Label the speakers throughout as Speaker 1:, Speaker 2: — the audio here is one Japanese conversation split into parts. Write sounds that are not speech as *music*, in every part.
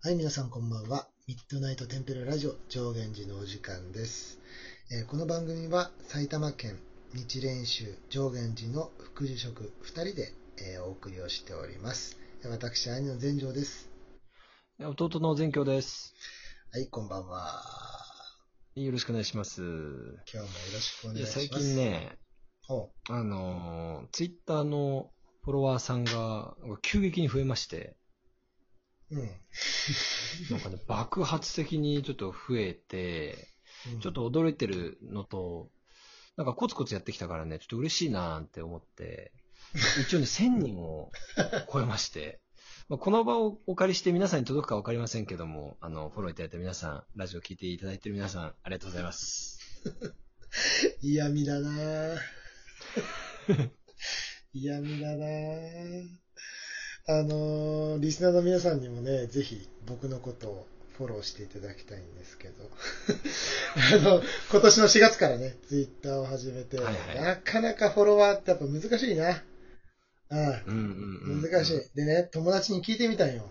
Speaker 1: はい、皆さんこんばんは。ミッドナイトテンペララジオ上元寺のお時間です。えーこの番組は埼玉県日蓮宗上元寺の副住職2人で、えーお送りをしております。えー私、兄の全城です。
Speaker 2: 弟の善教です。
Speaker 1: はい、こんばんは。
Speaker 2: よろしくお願いします。
Speaker 1: 今日もよろしくお願
Speaker 2: い
Speaker 1: い
Speaker 2: や、
Speaker 1: します。
Speaker 2: 最近。ね、
Speaker 1: ほ
Speaker 2: あのー、ツイッターのフォロワーさんが急激に増えまして、
Speaker 1: う。うん。
Speaker 2: な
Speaker 1: *laughs*
Speaker 2: んかね、爆発的にちょっと増えて、
Speaker 1: うん
Speaker 2: ちょっ、と驚いてるのと、なんかコツコツやってきたからね、ちょっと嬉しいなーって思って、一応ね、1000人を超えまして、まあ、この場をお借りして皆さんに届くかわかりませんけども、あの、フォローいただいた皆さん、ラジオ聞いていただいてる皆さん、ありがとうございます。
Speaker 1: 嫌味だな
Speaker 2: *laughs*
Speaker 1: ぁ嫌味だなぁあのーリスナーの皆さんにもね、ぜひ僕のことをフォローしていただきたいんですけ *laughs* ど、あの、今年の4月からね、ツイッターを始めて、
Speaker 2: はいはい
Speaker 1: なかなかフォロワーってやっぱ難しいな。あ
Speaker 2: うん
Speaker 1: あ
Speaker 2: うんうん。
Speaker 1: 難しい。でね、友達に聞いてみたんよ。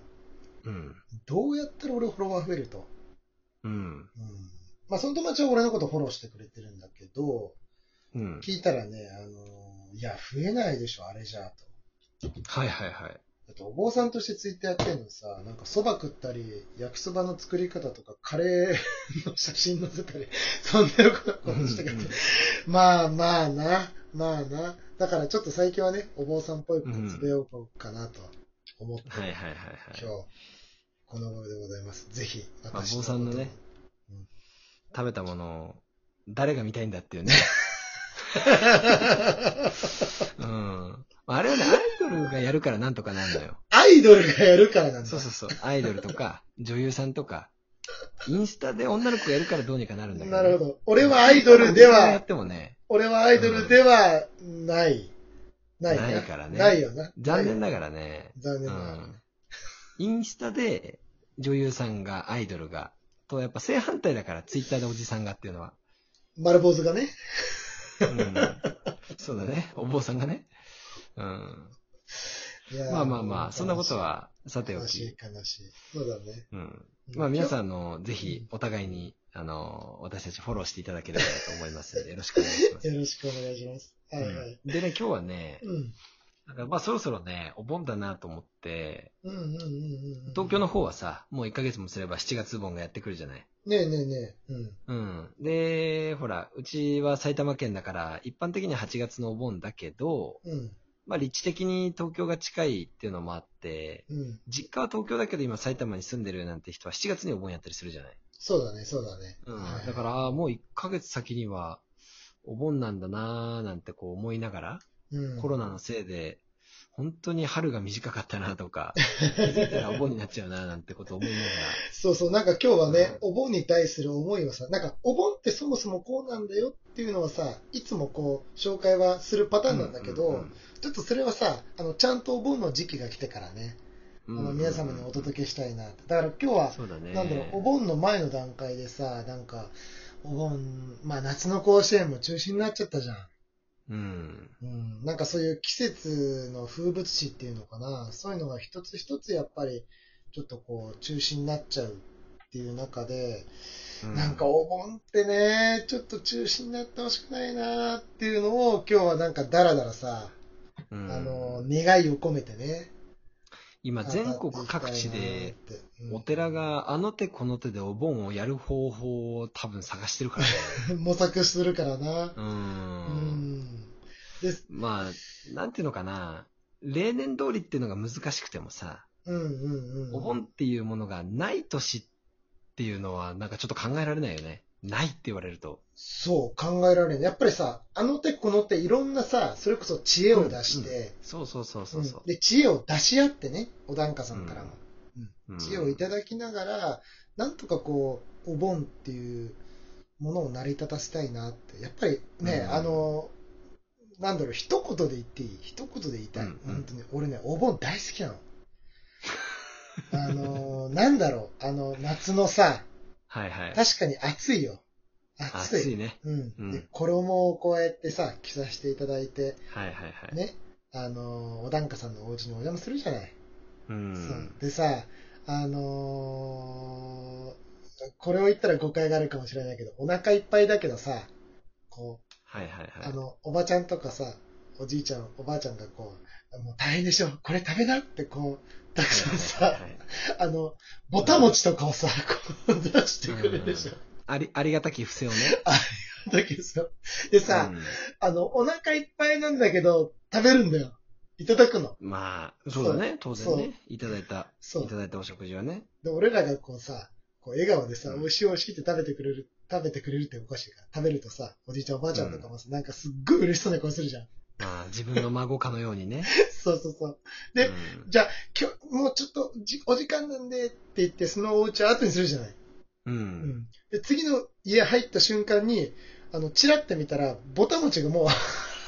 Speaker 2: うん。
Speaker 1: どうやったら俺フォロワー増えると。
Speaker 2: うん。
Speaker 1: うん。まあ、その友達は俺のことフォローしてくれてるんだけど、
Speaker 2: うん。
Speaker 1: 聞いたらね、あのーいや、増えないでしょ、あれじゃあと。
Speaker 2: はいはいはい。
Speaker 1: だってお坊さんとしてツイッターやってんのにさ、なんか蕎麦食ったり、焼きそばの作り方とか、カレーの写真載せたり、 *laughs* そんなようなことしてくれて
Speaker 2: うんうん。
Speaker 1: まあまあな、まあな。だからちょっと最近はね、お坊さんっぽいこと詰めようかなと思って、
Speaker 2: はいはいはいはい。
Speaker 1: 今日、この頃でございます。ぜひ、
Speaker 2: まあ坊さんのね。食べたものを、誰が見たいんだっていうね。うん。あれはね、アイドルがやるからなんとかなんのよ。
Speaker 1: *laughs* アイドルがやるからなんだ。
Speaker 2: そうそうそう。アイドルとか、女優さんとか、インスタで女の子やるからどうにかなるんだけど。
Speaker 1: なるほ
Speaker 2: ど。
Speaker 1: ど。俺はアイドルで
Speaker 2: や
Speaker 1: は
Speaker 2: っ、てもね、
Speaker 1: 俺はアイドルではない。ない
Speaker 2: ないからね
Speaker 1: ないよな。
Speaker 2: 残念な
Speaker 1: が
Speaker 2: がらね、
Speaker 1: ら。残
Speaker 2: う
Speaker 1: 念ながら。
Speaker 2: ん。インスタで女優さんが、アイドルが、とやっぱ正反対だから、ツイッターでおじさんがっていうのは。
Speaker 1: 丸坊主がね。
Speaker 2: うん *laughs* そうだね。お坊さんがね。うん。
Speaker 1: いやー
Speaker 2: まあまあまあ、そんなこと。はさてお
Speaker 1: 悲し
Speaker 2: き
Speaker 1: い。悲しい。そうだね。
Speaker 2: うん。まあ皆
Speaker 1: ん。
Speaker 2: さんあの、ぜひお互いに、あの、私たちフォローしていただければと思いますので、よろしくお願いします。
Speaker 1: よろしくお願いします。 *laughs* はいはい。
Speaker 2: うんでね、今日はね、
Speaker 1: うん。
Speaker 2: なんかまあそろそろね、お盆だなと思って、
Speaker 1: うんうんうんうんうん。
Speaker 2: 東京の。方はさ、もう1ヶ月もすれば7月盆がやってくるじゃない。
Speaker 1: ねえねえねえ。うん。
Speaker 2: うん。で、ほら、うちは埼玉県だから、一般的には8月のお盆だけど、
Speaker 1: うん。
Speaker 2: まあ立地的に東京が近いっていうのもあって、
Speaker 1: うん。
Speaker 2: 実家は東京だけど今埼玉に住んでるなんて人は7月にお盆やったりするじゃない。
Speaker 1: そうだね、そうだね。はい
Speaker 2: だから、あーもう1ヶ月先にはお盆なんだなーなんてこう思いながら、
Speaker 1: うん
Speaker 2: コロナのせいで、本当に春が短かったな
Speaker 1: *laughs*
Speaker 2: とか、気づいたらお盆になっちゃうななんてことを思いながら。
Speaker 1: そうそう、なんか今日はね、お盆に対する思いをさ、なんかお盆ってそもそもこうなんだよっていうのはさ、いつもこう、紹介はするパターンなんだけど、
Speaker 2: ううん
Speaker 1: ちょっとそれはさ、あの、ちゃんとお盆の時期が来てからね、
Speaker 2: う
Speaker 1: あ
Speaker 2: ん
Speaker 1: の、皆様にお届けしたいな。だから今日は、
Speaker 2: そうだね。
Speaker 1: なんだろう、お盆の前の段階でさ、なんか、お盆、まあ夏の甲子園も中止になっちゃったじゃん。
Speaker 2: うん。
Speaker 1: うん、なんかそういう季節の風物詩っていうのかな、そういうのが一つ一つやっぱりちょっとこう中止になっちゃうっていう中で、
Speaker 2: う
Speaker 1: なんか、お盆ってね、ちょっと中止になってほしくないなっていうのを今日はなんかダラダラさ、
Speaker 2: うん
Speaker 1: あの、願いを込めてね。
Speaker 2: 今全国各地で、お寺があの手この手でお盆をやる方法を多分探してるからね。
Speaker 1: うん *laughs* 模索するからな。
Speaker 2: う。
Speaker 1: うんん。です。
Speaker 2: まあ、なんていうのかな、例年通りっていうのが難しくてもさ、
Speaker 1: うんうんうん。
Speaker 2: お盆っていうものがない年っていうのは、なんかちょっと考えられないよね。ないって言われると。
Speaker 1: そう、考えられない。やっぱりさ、あの手この手、いろんなさ、それこそ知恵を出して、
Speaker 2: そうそうそうそうそ
Speaker 1: うんで、知恵を出し合ってね、お檀家さんからも。
Speaker 2: う。
Speaker 1: 知恵をいた
Speaker 2: だ
Speaker 1: だきながら、なんとかこう、お盆っていうものを成り立たせたいなって。やっぱりね、
Speaker 2: うん
Speaker 1: あの、なんだろう、一言で言っていい一言で言いたい。
Speaker 2: うんうん
Speaker 1: 本当に。俺ね、お盆大好きなの。あの、なんだろう、あの、夏のさ、
Speaker 2: はいはい。
Speaker 1: 確かに暑いよ。暑い。
Speaker 2: 暑いね。
Speaker 1: うん。
Speaker 2: うん
Speaker 1: で、衣をこうやってさ、着させていただいて、
Speaker 2: はいはいはい。
Speaker 1: ね、あの、お檀家さんのお家にお邪魔するじゃない。
Speaker 2: う。
Speaker 1: そうんでさ、あのーこれを言ったら誤解があるかもしれないけど、お腹いっぱいだけどさ、こう、
Speaker 2: はいはいはい。
Speaker 1: あの、おばちゃんとかさ、おじいちゃん、おばあちゃんがこう、もう大変でしょ、これ食べなってこう、たくさん
Speaker 2: はい
Speaker 1: さ
Speaker 2: は、いはい
Speaker 1: あの、ぼた餅とかをさ、こう出してくれるでしょ。
Speaker 2: あり、ありがたき不正をね。
Speaker 1: だけどさ、でさ、
Speaker 2: うん
Speaker 1: あの、お腹いっぱいなんだけど、食べるんだよ。いただくの。
Speaker 2: まあ、そうだね、当然
Speaker 1: そう
Speaker 2: ね。いただいた、
Speaker 1: そう
Speaker 2: いただいたお食事はね。
Speaker 1: で、俺らがこうさ、こう笑顔でさ、
Speaker 2: うん
Speaker 1: 美味しい美味しいって食べてくれる、食べてくれるっておかしいから、食べるとさ、おじいちゃんおばあちゃんとかもさ、なんかすっごい嬉しそうな顔するじゃん。 *laughs*
Speaker 2: まあ、自分の孫かのようにね。
Speaker 1: そうそうそう。で
Speaker 2: うん
Speaker 1: じゃあ、今日、もうちょっとじ、お時間なんでって言って、そのお家を後にするじゃない。
Speaker 2: う。
Speaker 1: うんん。で、次の家入った瞬間に、あの、チラって見たら、ぼたもちがもう、 *laughs*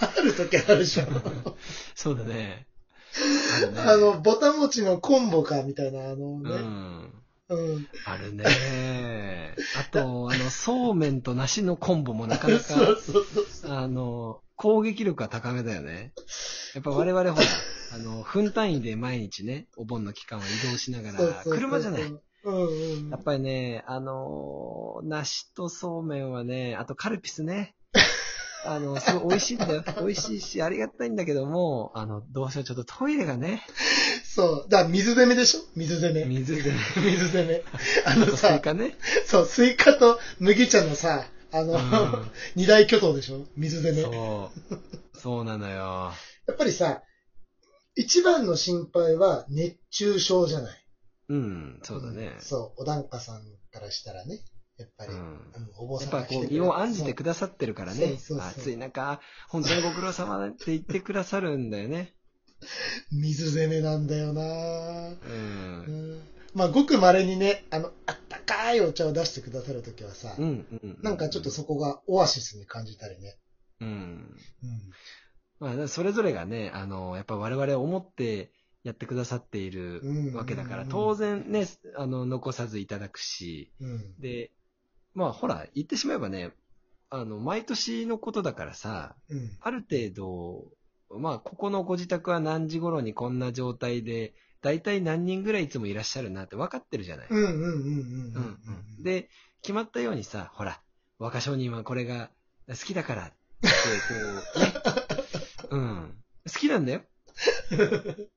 Speaker 1: ある時あるじゃ
Speaker 2: *laughs*
Speaker 1: ん。
Speaker 2: そうだね。る
Speaker 1: *laughs*
Speaker 2: ね
Speaker 1: あの、、ぼたもちのコンボか、みたいな、あの
Speaker 2: う
Speaker 1: ね。
Speaker 2: ん。
Speaker 1: うん。
Speaker 2: あるね。あと、あの、そうめんと梨のコンボもなかな
Speaker 1: *laughs*
Speaker 2: か、
Speaker 1: そうそうそうそう。
Speaker 2: あの、攻撃力は高めだよね。やっぱ我々ほら、あの、分単位で毎日ね、お盆の期間を移動しなが
Speaker 1: そうそう
Speaker 2: ら、
Speaker 1: そう
Speaker 2: 車じゃない。
Speaker 1: うんうん。
Speaker 2: やっぱりね、あのー梨とそうめんはね、あとカルピスね。あの、すごい美味しいんだよ。美味しいし、ありがたいんだけども、あの、どうしよう、ちょっとトイレがね、
Speaker 1: そう。だから水攻めでしょ水攻め。
Speaker 2: 水でね、
Speaker 1: 水攻め。あ
Speaker 2: あ
Speaker 1: の
Speaker 2: とスイ
Speaker 1: さ、
Speaker 2: カね。
Speaker 1: そう、スイカと麦茶のさ、あ
Speaker 2: う
Speaker 1: の、
Speaker 2: ん
Speaker 1: 二大巨頭でしょ水攻め。や
Speaker 2: そう。そうなのよ。
Speaker 1: っぱりさ、一番の心配は熱中症じゃない。
Speaker 2: うん、そうだね
Speaker 1: ん。そう、お檀家さんからしたらね、やっぱり、
Speaker 2: う
Speaker 1: うん
Speaker 2: ん
Speaker 1: お坊さ
Speaker 2: やっ
Speaker 1: んが
Speaker 2: ぱ
Speaker 1: 来て
Speaker 2: こ
Speaker 1: く
Speaker 2: う、
Speaker 1: れ
Speaker 2: 身を案じて
Speaker 1: る
Speaker 2: くださってるから
Speaker 1: そう
Speaker 2: ね
Speaker 1: そうそう。そう
Speaker 2: 暑い中、本当にご苦労様って言ってくださるんだよね。
Speaker 1: そう水攻めなんだよな
Speaker 2: う。
Speaker 1: うんんまあ、ごく稀にね、あの、あったかいお茶を出してくださるときはさ、
Speaker 2: うん、うん。
Speaker 1: なんかちょっとそこがオアシスに感じたりね。
Speaker 2: うん。
Speaker 1: うん。
Speaker 2: まあ、それぞれがね、あの、やっぱ我々思ってやってくださっている
Speaker 1: うん
Speaker 2: わけだから、
Speaker 1: うん
Speaker 2: 当然ね、あの、残さずいただくし、
Speaker 1: うん。
Speaker 2: で、まあほら、言ってしまえばね、あの、毎年のことだからさ、
Speaker 1: うん。
Speaker 2: ある程度、まあ、ここのご自宅は何時頃にこんな状態で、大体何人ぐらいいつもいらっしゃるなって分かってるじゃない。
Speaker 1: うんうんうんうん
Speaker 2: うんうん、で、決まったようにさ、ほら、若商人はこれが好きだからって、こ
Speaker 1: *laughs*
Speaker 2: う、ね、うん。好きなんだよ。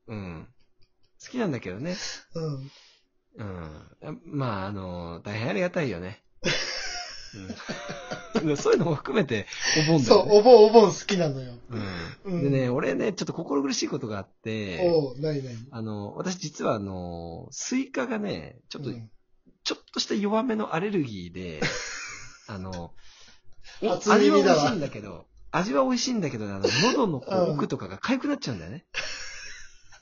Speaker 2: うん。好きなんだけどね。
Speaker 1: うん。
Speaker 2: うん。まあ、あの、大変ありがたいよね。
Speaker 1: *laughs*
Speaker 2: うん、そういうのも含めて、お盆だ
Speaker 1: そ
Speaker 2: よ、
Speaker 1: う、
Speaker 2: ね。
Speaker 1: お盆お盆好きなのよ。
Speaker 2: うん。でね、俺ね、ちょっと心苦しいことがあって、
Speaker 1: おう、ないない。
Speaker 2: あの、私実はあの、スイカがね、ちょっと
Speaker 1: うん
Speaker 2: ちょっとした弱めのアレルギ
Speaker 1: *laughs*
Speaker 2: ーで、あの、お
Speaker 1: 初
Speaker 2: 味は
Speaker 1: 耳
Speaker 2: 美
Speaker 1: だ
Speaker 2: 味
Speaker 1: わ
Speaker 2: しいんだけど、味は美味しいんだけどね、あの、喉のこう
Speaker 1: うん
Speaker 2: 奥とかが痒くなっちゃうんだよね。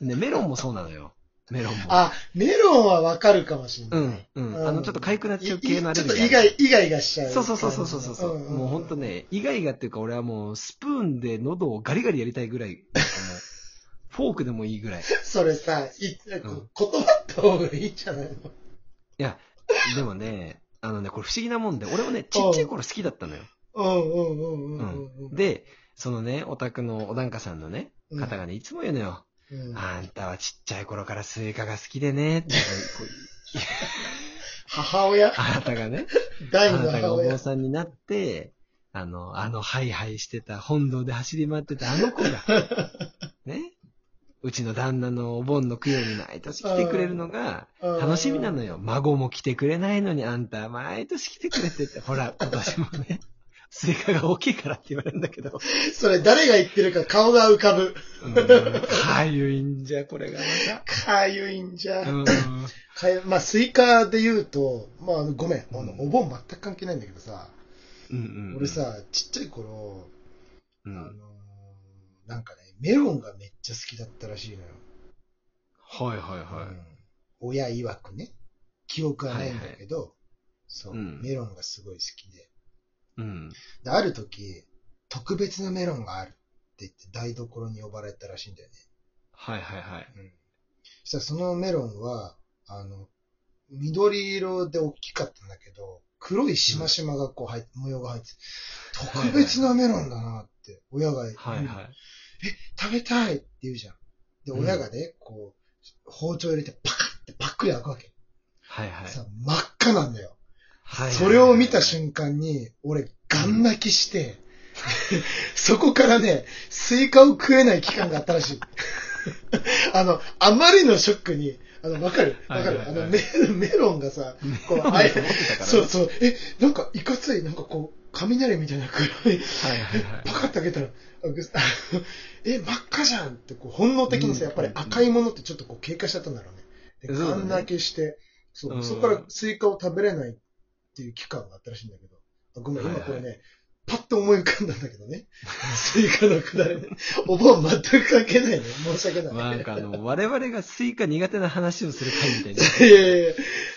Speaker 2: ね、メロンもそうなのよ。メロンも。
Speaker 1: あ、メロンはわかるかもしれ
Speaker 2: う
Speaker 1: なんい。、
Speaker 2: うん。あの、ちょっと痒くなっちゃう系のア
Speaker 1: いいち
Speaker 2: レ
Speaker 1: ょっ
Speaker 2: ル
Speaker 1: と
Speaker 2: ギー。
Speaker 1: 意外、意外がしちゃう。
Speaker 2: そうそうそうそうそうそう。
Speaker 1: んんん
Speaker 2: もうほんと。ね、意外がっていうか俺はもうスプーンで喉をガリガリやりたいぐらい、あのフォークでもいいぐらい。
Speaker 1: それさ、い
Speaker 2: ん
Speaker 1: 断った方がいいんじゃないの
Speaker 2: でもね、 *laughs* あのね、これ不思議なもんで、俺もね、ちっちゃい頃好きだったのよ。
Speaker 1: うんうんうんうんうん。
Speaker 2: で、そのね、お宅のお檀家さんのね、
Speaker 1: うん
Speaker 2: 方がね、いつも言うのよ。
Speaker 1: うん、
Speaker 2: あんたはちっちゃい頃からスイカが好きでね、ってこう
Speaker 1: 母親
Speaker 2: あなたが
Speaker 1: *laughs*
Speaker 2: ね、あ
Speaker 1: 第二
Speaker 2: な
Speaker 1: の
Speaker 2: たが
Speaker 1: 母
Speaker 2: お坊
Speaker 1: 親。
Speaker 2: さんになって、あの、あの、ハイハイしてた、本堂で走り回ってたあの子が、ね、うちの旦那のお盆の供養に毎年来てくれるのが、
Speaker 1: うん
Speaker 2: 楽しみなのよ。孫も来てくれないのに、あんた毎年来てくれてって、ほ
Speaker 1: *laughs*
Speaker 2: ら、今年もね、スイカが大きいからって言われるんだけど、
Speaker 1: *laughs* それ誰が言ってるか顔が浮かぶ。
Speaker 2: うんかゆいんじゃ、これがま
Speaker 1: かゆいんじゃ。
Speaker 2: た。うん。
Speaker 1: かゆまあ、スイカで言うと、まああの、ごめん、あの
Speaker 2: うん
Speaker 1: お盆全く関係ないんだけどさ、
Speaker 2: うんうん
Speaker 1: 俺、さ、ちっちゃい頃、あ
Speaker 2: う
Speaker 1: のー
Speaker 2: ん。
Speaker 1: なんかね、メロンがめっちゃ好きだったらしいのよ。
Speaker 2: はいはいは
Speaker 1: う
Speaker 2: い
Speaker 1: ん。親曰くね、記憶はないんだけど、そう、
Speaker 2: うん
Speaker 1: メロンがすごい好きで。
Speaker 2: うん。
Speaker 1: で、ある時、特別なメロンがあるって言って台所に呼ばれたらしいんだよね。
Speaker 2: はいはいはい。
Speaker 1: うん。そしたらそのメロンは、あの、緑色で大きかったんだけど、黒いしましまがこう入っ模様が入ってて、特別なメロンだなって、親が、
Speaker 2: はいはい。
Speaker 1: 食べたいって言うじゃん。で、
Speaker 2: うん
Speaker 1: 親がね、こう、包丁入れてパカッってパックリ開くわけ。
Speaker 2: はいはい。
Speaker 1: さ真っ赤なんだよ。
Speaker 2: はいはい
Speaker 1: それを見た瞬間に、俺、ガン泣きして、そこからね、スイカを食えない期間があったらし
Speaker 2: *laughs*
Speaker 1: い。あの、あまりのショックに、あの、わかるわかる、
Speaker 2: はいはい
Speaker 1: あの
Speaker 2: はい
Speaker 1: メ、メロンがさ、
Speaker 2: *laughs*
Speaker 1: こう、あ
Speaker 2: はいい。持ってたからね
Speaker 1: そうそう、え、なんか、いかつい、なんかこう、雷みたいな黒い、
Speaker 2: はいはいはい。
Speaker 1: パカッと開けたら、あぐ *laughs* え、真っ赤じゃんって、こう、本能的にさ、
Speaker 2: うん
Speaker 1: やっぱり赤いものってちょっとこう、警戒しちゃったんだろうね。で、
Speaker 2: そうだ
Speaker 1: ガ
Speaker 2: ね
Speaker 1: ン泣きして、そう、
Speaker 2: うん
Speaker 1: そこからスイカを食べれないっていう期間があったらしいんだけど、あごめん、今これね、パッと思い浮かんだんだけどね。 *laughs* スイカのくだりね。お盆全く関係ないね。申し訳ない。
Speaker 2: なんかあの、我々がスイカ苦手な話をする回みたいな。
Speaker 1: いやいやいや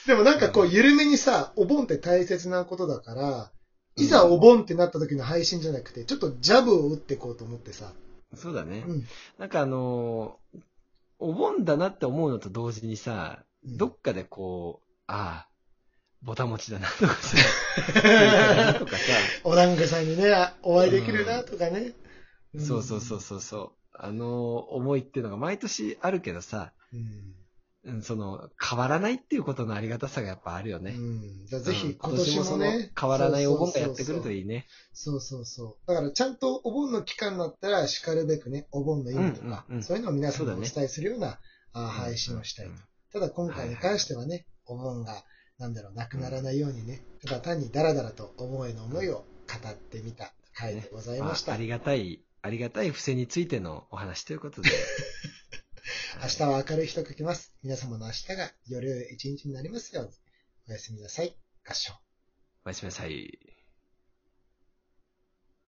Speaker 1: でもなんかこう、緩めにさ、お盆って大切なことだから、いざお盆ってなった時の配信じゃなくて、ちょっとジャブを打っていこうと思ってさ。
Speaker 2: そうだね。
Speaker 1: うん
Speaker 2: なんかあのーお盆だなって思うのと同時にさ、
Speaker 1: うん
Speaker 2: どっかでこう、ああ、ぼたもちだなとか
Speaker 1: *laughs*
Speaker 2: さ、スイカだなとかさ、
Speaker 1: お団子さんにね、あお会いできるなとかね。ん
Speaker 2: そうそうそうそうそう。あのー思いっていうのが毎年あるけどさ、
Speaker 1: うん。
Speaker 2: うんその、変わらないっていうことのありがたさがやっぱあるよ
Speaker 1: う
Speaker 2: ね。
Speaker 1: ん。じゃあ
Speaker 2: うん
Speaker 1: ぜひ今年もね。
Speaker 2: その変わらないお盆がやってくる
Speaker 1: そうそうそうそ
Speaker 2: と
Speaker 1: う
Speaker 2: いいね。
Speaker 1: そうそうそう。だからちゃんとお盆の期間だったら叱るべくね、お盆の意味とか、
Speaker 2: うんうんうん
Speaker 1: そういうのを皆さんにお
Speaker 2: そうだね
Speaker 1: 伝えするような、あー配信をしたいと。ただ今回に関してはね、お盆が、なんだろう、なくならないようにね、ただ単にダラダラとお盆への思いを語ってみた回でございました。
Speaker 2: あ。ありがたい、ありがたい不正についてのお話ということで。
Speaker 1: 明日は明るい日と書きます。皆様の明日が夜一日になりますように。おやすみなさい。合唱。
Speaker 2: おやすみなさい。